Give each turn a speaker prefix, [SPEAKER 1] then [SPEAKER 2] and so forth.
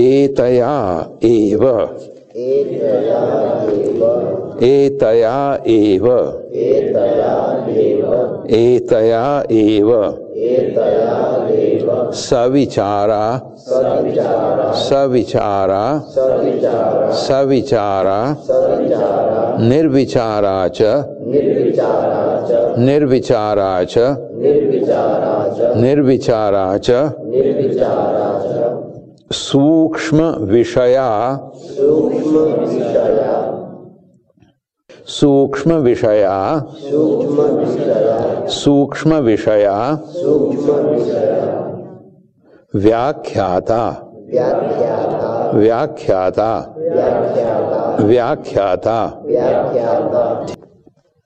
[SPEAKER 1] एतया एव
[SPEAKER 2] एतया एव
[SPEAKER 1] एतया एव
[SPEAKER 2] एतया
[SPEAKER 1] एतया
[SPEAKER 2] एव
[SPEAKER 1] एव
[SPEAKER 2] एतया एव
[SPEAKER 1] सविचारा
[SPEAKER 2] सविचारा
[SPEAKER 1] सविचारा
[SPEAKER 2] सविचारा
[SPEAKER 1] सविचारा
[SPEAKER 2] सविचारा
[SPEAKER 1] निर्विचारा च
[SPEAKER 2] निर्विचारा च
[SPEAKER 1] निर्विचारा च
[SPEAKER 2] निर्विचारा च
[SPEAKER 1] निर्विचारा च
[SPEAKER 2] निर्विचारा च
[SPEAKER 1] सूक्ष्म विषया
[SPEAKER 2] सूक्ष्म विषया
[SPEAKER 1] सूक्ष्म विषया
[SPEAKER 2] सूक्ष्म विषया
[SPEAKER 1] सूक्ष्म विषया
[SPEAKER 2] सूक्ष्म विषया
[SPEAKER 1] व्याख्याता
[SPEAKER 2] व्याख्याता
[SPEAKER 1] व्याख्याता
[SPEAKER 2] व्याख्याता
[SPEAKER 1] व्याख्याता
[SPEAKER 2] व्याख्याता